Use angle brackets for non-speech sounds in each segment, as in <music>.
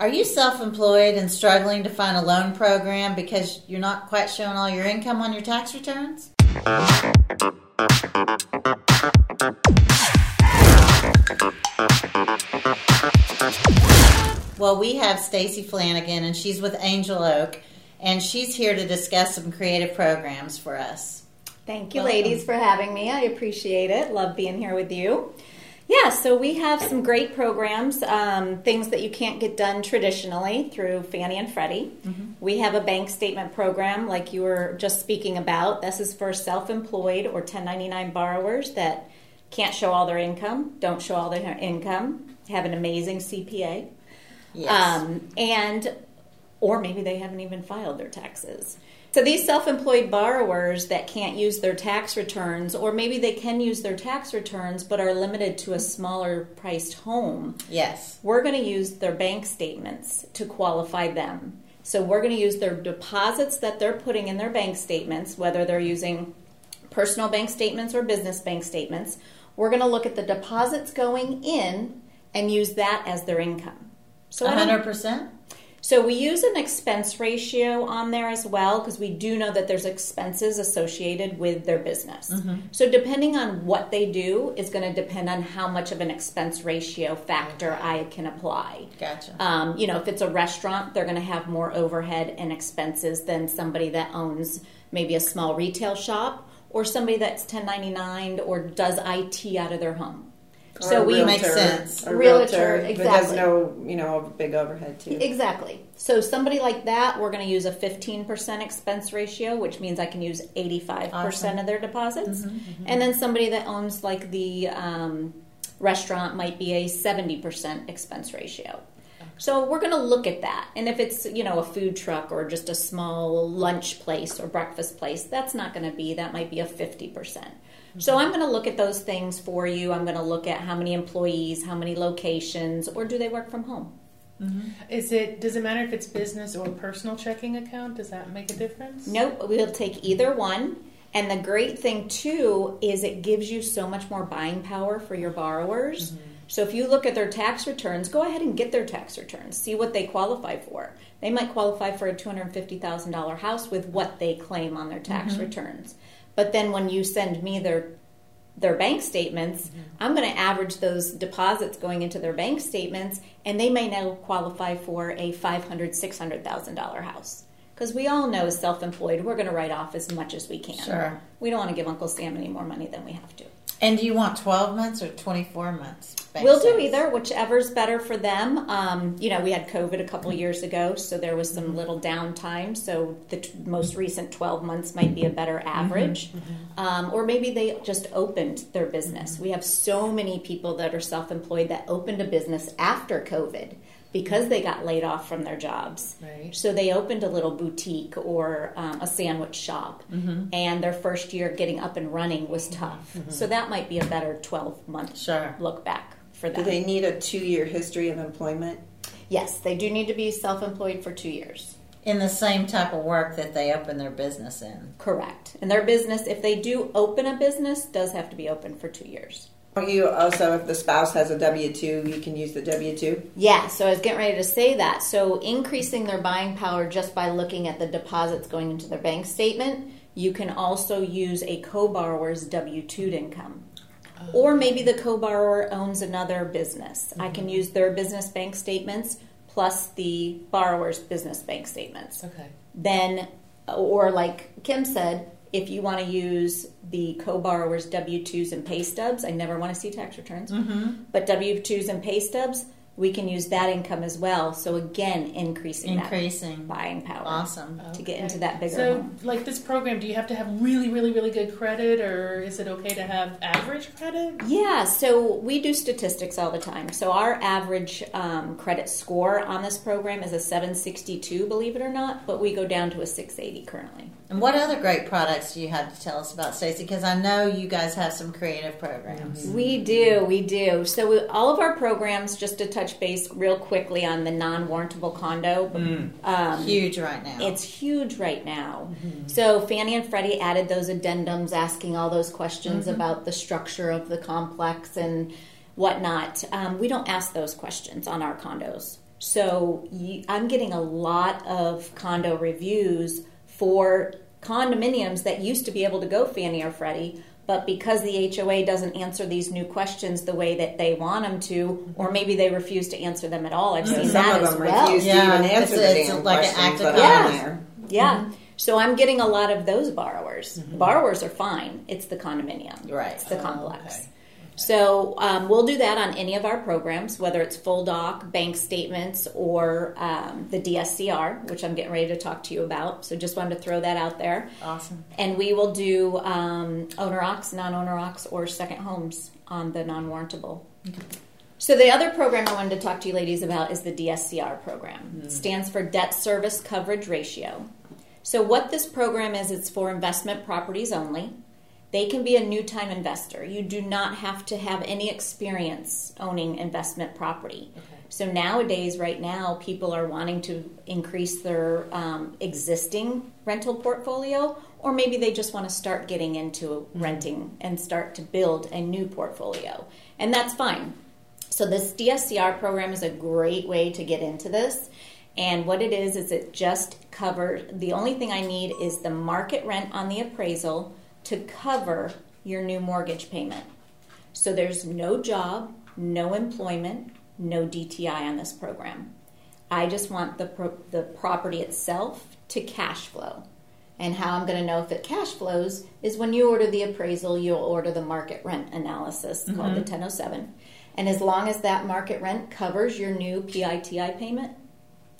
Are you self employed and struggling to find a loan program because you're not quite showing all your income on your tax returns? Well, we have Stacy Flanagan and she's with Angel Oak and she's here to discuss some creative programs for us. Thank you, ladies, for having me. I appreciate it. Love being here with you. Yeah, so we have some great programs, um, things that you can't get done traditionally through Fannie and Freddie. We have a bank statement program, like you were just speaking about. This is for self employed or 1099 borrowers that can't show all their income, don't show all their income, have an amazing CPA. Yes. Um, and, or maybe they haven't even filed their taxes. So these self employed borrowers that can't use their tax returns, or maybe they can use their tax returns but are limited to a smaller priced home, yes. we're going to use their bank statements to qualify them. So we're going to use their deposits that they're putting in their bank statements, whether they're using personal bank statements or business bank statements. We're going to look at the deposits going in and use that as their income. So I don't- 100%? so we use an expense ratio on there as well because we do know that there's expenses associated with their business. Mm-hmm. So depending on what they do is going to depend on how much of an expense ratio factor I can apply. Gotcha. Um, you know, if it's a restaurant, they're going to have more overhead and expenses than somebody that owns maybe a small retail shop or somebody that's 1099 or does IT out of their home. Or so a we realtor, Makes sense. A Realtor, realtor, But has exactly. no, you know, big overhead too. Exactly. So somebody like that, we're going to use a 15% expense ratio, which means I can use 85% Awesome. of their deposits. And then somebody that owns like the um, restaurant might be a 70% expense ratio. So we're going to look at that. And if it's, you know, a food truck or just a small lunch place or breakfast place, that's not going to be, that might be a 50%. percent So I'm going to look at those things for you. I'm going to look at how many employees, how many locations, or do they work from home? Is it? Does it matter if it's business or personal checking account? Does that make a difference? Nope, we'll take either one. And the great thing too is it gives you so much more buying power for your borrowers. So if you look at their tax returns, go ahead and get their tax returns. See what they qualify for. They might qualify for a $250,000 house with what they claim on their tax returns. But then when you send me their their bank statements, I'm going to average those deposits going into their bank statements, and they may now qualify for a five hundred, six hundred thousand dollar house. Because we all know, as self-employed, we're going to write off as much as we can. Sure. We don't want to give Uncle Sam any more money than we have to. And do you want 12 months or 24 months? bank we'll do statements? either, whichever's better for them. Um, you know, we had COVID a couple years ago, so there was some little downtime. So the t- most recent 12 months might be a better average. Um, or maybe they just opened their business. We have so many people that are self employed that opened a business after COVID because they got laid off from their jobs. Right. So they opened a little boutique or um, a sandwich shop, and their first year getting up and running was tough. So that might be a better 12 month Sure. look back for Do them. they need a two-year history of employment? yes, they do need to be self employed for two years. In the same type of work that they open their business in. Correct. And their business, if they do open a business, does have to be open for two years. Don't you also, if the spouse has a W two, you can use the W two? Yeah, so I was getting ready to say that. So increasing their buying power just by looking at the deposits going into their bank statement, you can also use a co-borrower's W-2 income. Oh. Or maybe the co-borrower owns another business. Mm-hmm. I can use their business bank statements plus the borrower's business bank statements. Okay. then or like kim said if you want to use the co-borrowers w-2s and pay stubs i never want to see tax returns but w-2s and pay stubs we can use that income as well so again increasing that Increasing. buying power Awesome. to get into that bigger So, home like this program, do you have to have really, really, really good credit, or is it okay to have average credit? Yeah, so we do statistics all the time. So our average um, credit score on this program is a 762, believe it or not, but we go down to a 680 currently. And what other great products do you have to tell us about, Stacey? Because I know you guys have some creative programs. We do, we do. So we, all of our programs, just to touch base real quickly on the non-warrantable condo, um, Huge right now. it's huge right now. Mm-hmm. So Fannie and Freddie added those addendums, asking all those questions Mm-hmm. about the structure of the complex and whatnot. Um, we don't ask those questions on our condos. So you, I'm getting a lot of condo reviews for condominiums that used to be able to go Fannie or Freddie, but because the HOA doesn't answer these new questions the way that they want them to, or maybe they refuse to answer them at all. I've seen Mm-hmm. Some that of as them well. refuse Yeah, to even it's- answer the it's damn like an questions act of that God. are on Yeah. there. Yeah. Mm-hmm. So I'm getting a lot of those borrowers. Borrowers are fine. It's the condominium. Right. It's the Oh, complex. okay. So um, we'll do that on any of our programs, whether it's full doc, bank statements, or um, the DSCR, which I'm getting ready to talk to you about. So just wanted to throw that out there. Awesome. And we will do um, owner ox, non owner ox, or second homes on the non warrantable. So the other program I wanted to talk to you ladies about is the DSCR program. It stands for Debt Service Coverage Ratio. So what this program is, it's for investment properties only. They can be a new time investor. You do not have to have any experience owning investment property. So nowadays, right now, people are wanting to increase their um, existing rental portfolio, or maybe they just want to start getting into renting and start to build a new portfolio. And that's fine. So this DSCR program is a great way to get into this. And what it is is it just covers the only thing I need is the market rent on the appraisal to cover your new mortgage payment. So there's no job, no employment, no DTI on this program. I just want the pro- the property itself to cash flow. And how I'm going to know if it cash flows is when you order the appraisal, you'll order the market rent analysis called the 1007. And as long as that market rent covers your new PITI payment,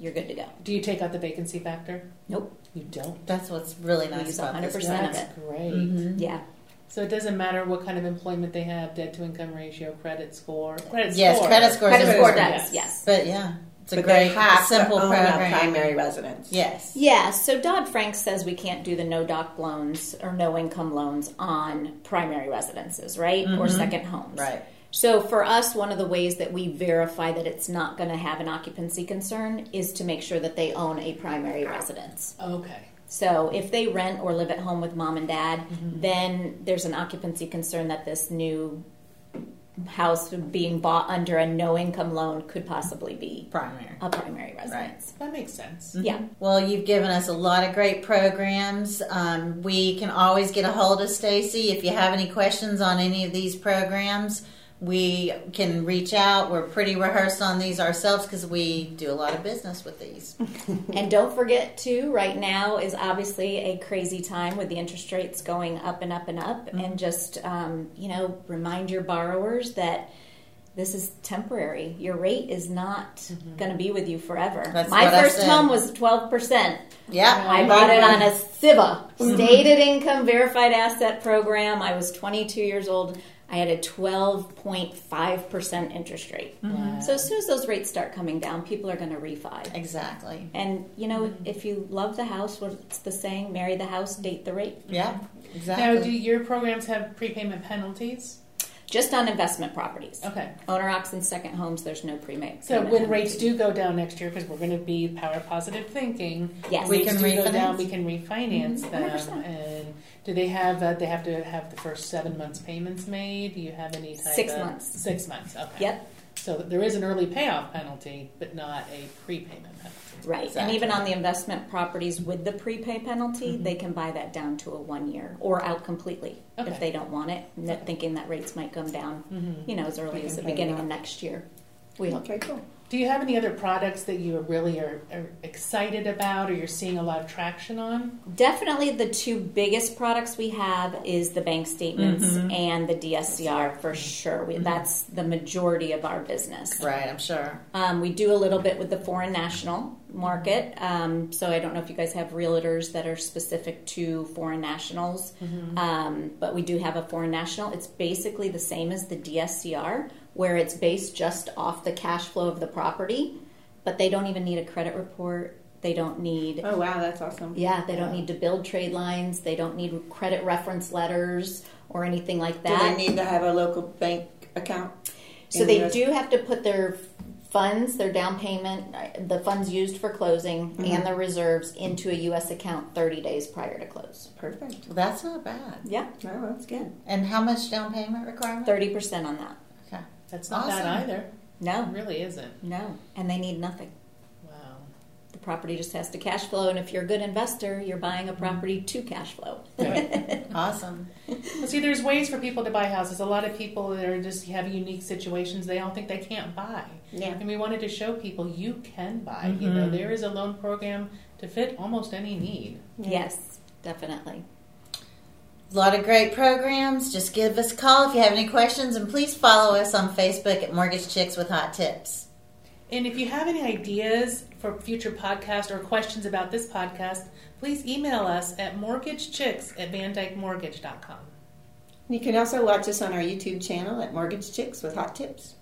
you're good to go. Do you take out the vacancy factor? Nope. You don't. That's what's really We nice use about this. 100% of That's it. Mm-hmm. great. Yeah. So it doesn't matter what kind of employment they have, debt to income ratio, credit score, credit Yes, score. credit scores is Credit score important. does, debts, yes. But yeah, it's a But great, they have simple to own program. a primary residence. Yes. Yeah, so Dodd Frank says we can't do the no doc loans or no income loans on primary residences, right? Or second homes. Right. So for us, one of the ways that we verify that it's not going to have an occupancy concern is to make sure that they own a primary residence. Okay. So if they rent or live at home with mom and dad, then there's an occupancy concern that this new house being bought under a no income loan could possibly be Primary. a primary residence. That makes sense. Yeah. Well, you've given us a lot of great programs. Um, we can always get a hold of Stacy if you have any questions on any of these programs. We can reach out. We're pretty rehearsed on these ourselves because we do a lot of business with <laughs> these. And don't forget too, right now is obviously a crazy time with the interest rates going up and up and up. Mm-hmm. And just um, you know, remind your borrowers that this is temporary. Your rate is not going to be with you forever. Mm-hmm. That's My what I first said. Oh, home was twelve percent. Yeah. Mm-hmm. I bought it on a SIVA, Stated Income Verified Asset Program. I was 22 years old. I had a 12.5% interest rate. Wow. Mm-hmm. So as soon as those rates start coming down, people are going to refi. Exactly. And you know, Mm-hmm. if you love the house, what's the saying? Marry the house, date the rate. Yeah. Now, do Exactly. your programs have prepayment penalties? Just on investment properties, Okay. owner ops and second homes, there's no premake. So when rates do go down next year, because we're going to be power positive thinking, Yes. We rates can do go down, refinance. we can refinance Mm-hmm. them. 100%. And do they have uh, they have to have the first seven months payments made? Do you have any type Six of months. six months? Okay. Yep. So there is an early payoff penalty, but not a prepayment penalty. right, and Exactly. even on the investment properties with the prepay penalty, Mm-hmm. they can buy that down to a one year or out completely Okay. Mm-hmm. if they don't want it, n- thinking that rates might come down. You know, as early as the beginning of next year. Mm-hmm. We hope. Okay, cool. Do you have any other products that you really are, are excited about, or you're seeing a lot of traction on? Definitely the two biggest products we have is the bank statements Mm-hmm. and the DSCR for sure. We, That's the majority of our business. Right. I'm sure. Um, we do a little bit with the foreign national market. Um, so I don't know if you guys have realtors that are specific to foreign nationals, Mm-hmm. um, but we do have a foreign national. It's basically the same as the DSCR, where it's based just off the cash flow of the property, but they don't even need a credit report. They don't need Oh wow, that's awesome. yeah, they don't need to build trade lines. They don't need credit reference letters or anything like Do they that. need to have a local bank account? so they do have to put their funds, their down payment, uh, the funds used for closing, and their reserves into a U.S. account 30 days prior to close. Perfect. Well, that's not bad. Yeah, Oh, that's good. And how much down payment requirement? 30% on that. Okay. That's not Awesome. bad either. It No, really isn't. no, and they need nothing. Wow. The property just has to cash flow, and if you're a good investor, you're buying a property to cash flow. Right. Awesome. Well, See, there's ways for people to buy houses. A lot of people that are just have unique situations. They don't think they can't buy. Yeah. And we wanted to show people you can buy. You know, Mhm. there is a loan program to fit almost any need. <laughs> Yes, definitely. A lot of great programs. Just give us a call if you have any questions, and please follow us on Facebook at Mortgage Chicks with Hot Tips. And if you have any ideas for future podcasts or questions about this podcast, please email us at mortgagechicks at vandykemortgage.com. You can also watch us on our YouTube channel at Mortgage Chicks with hot tips.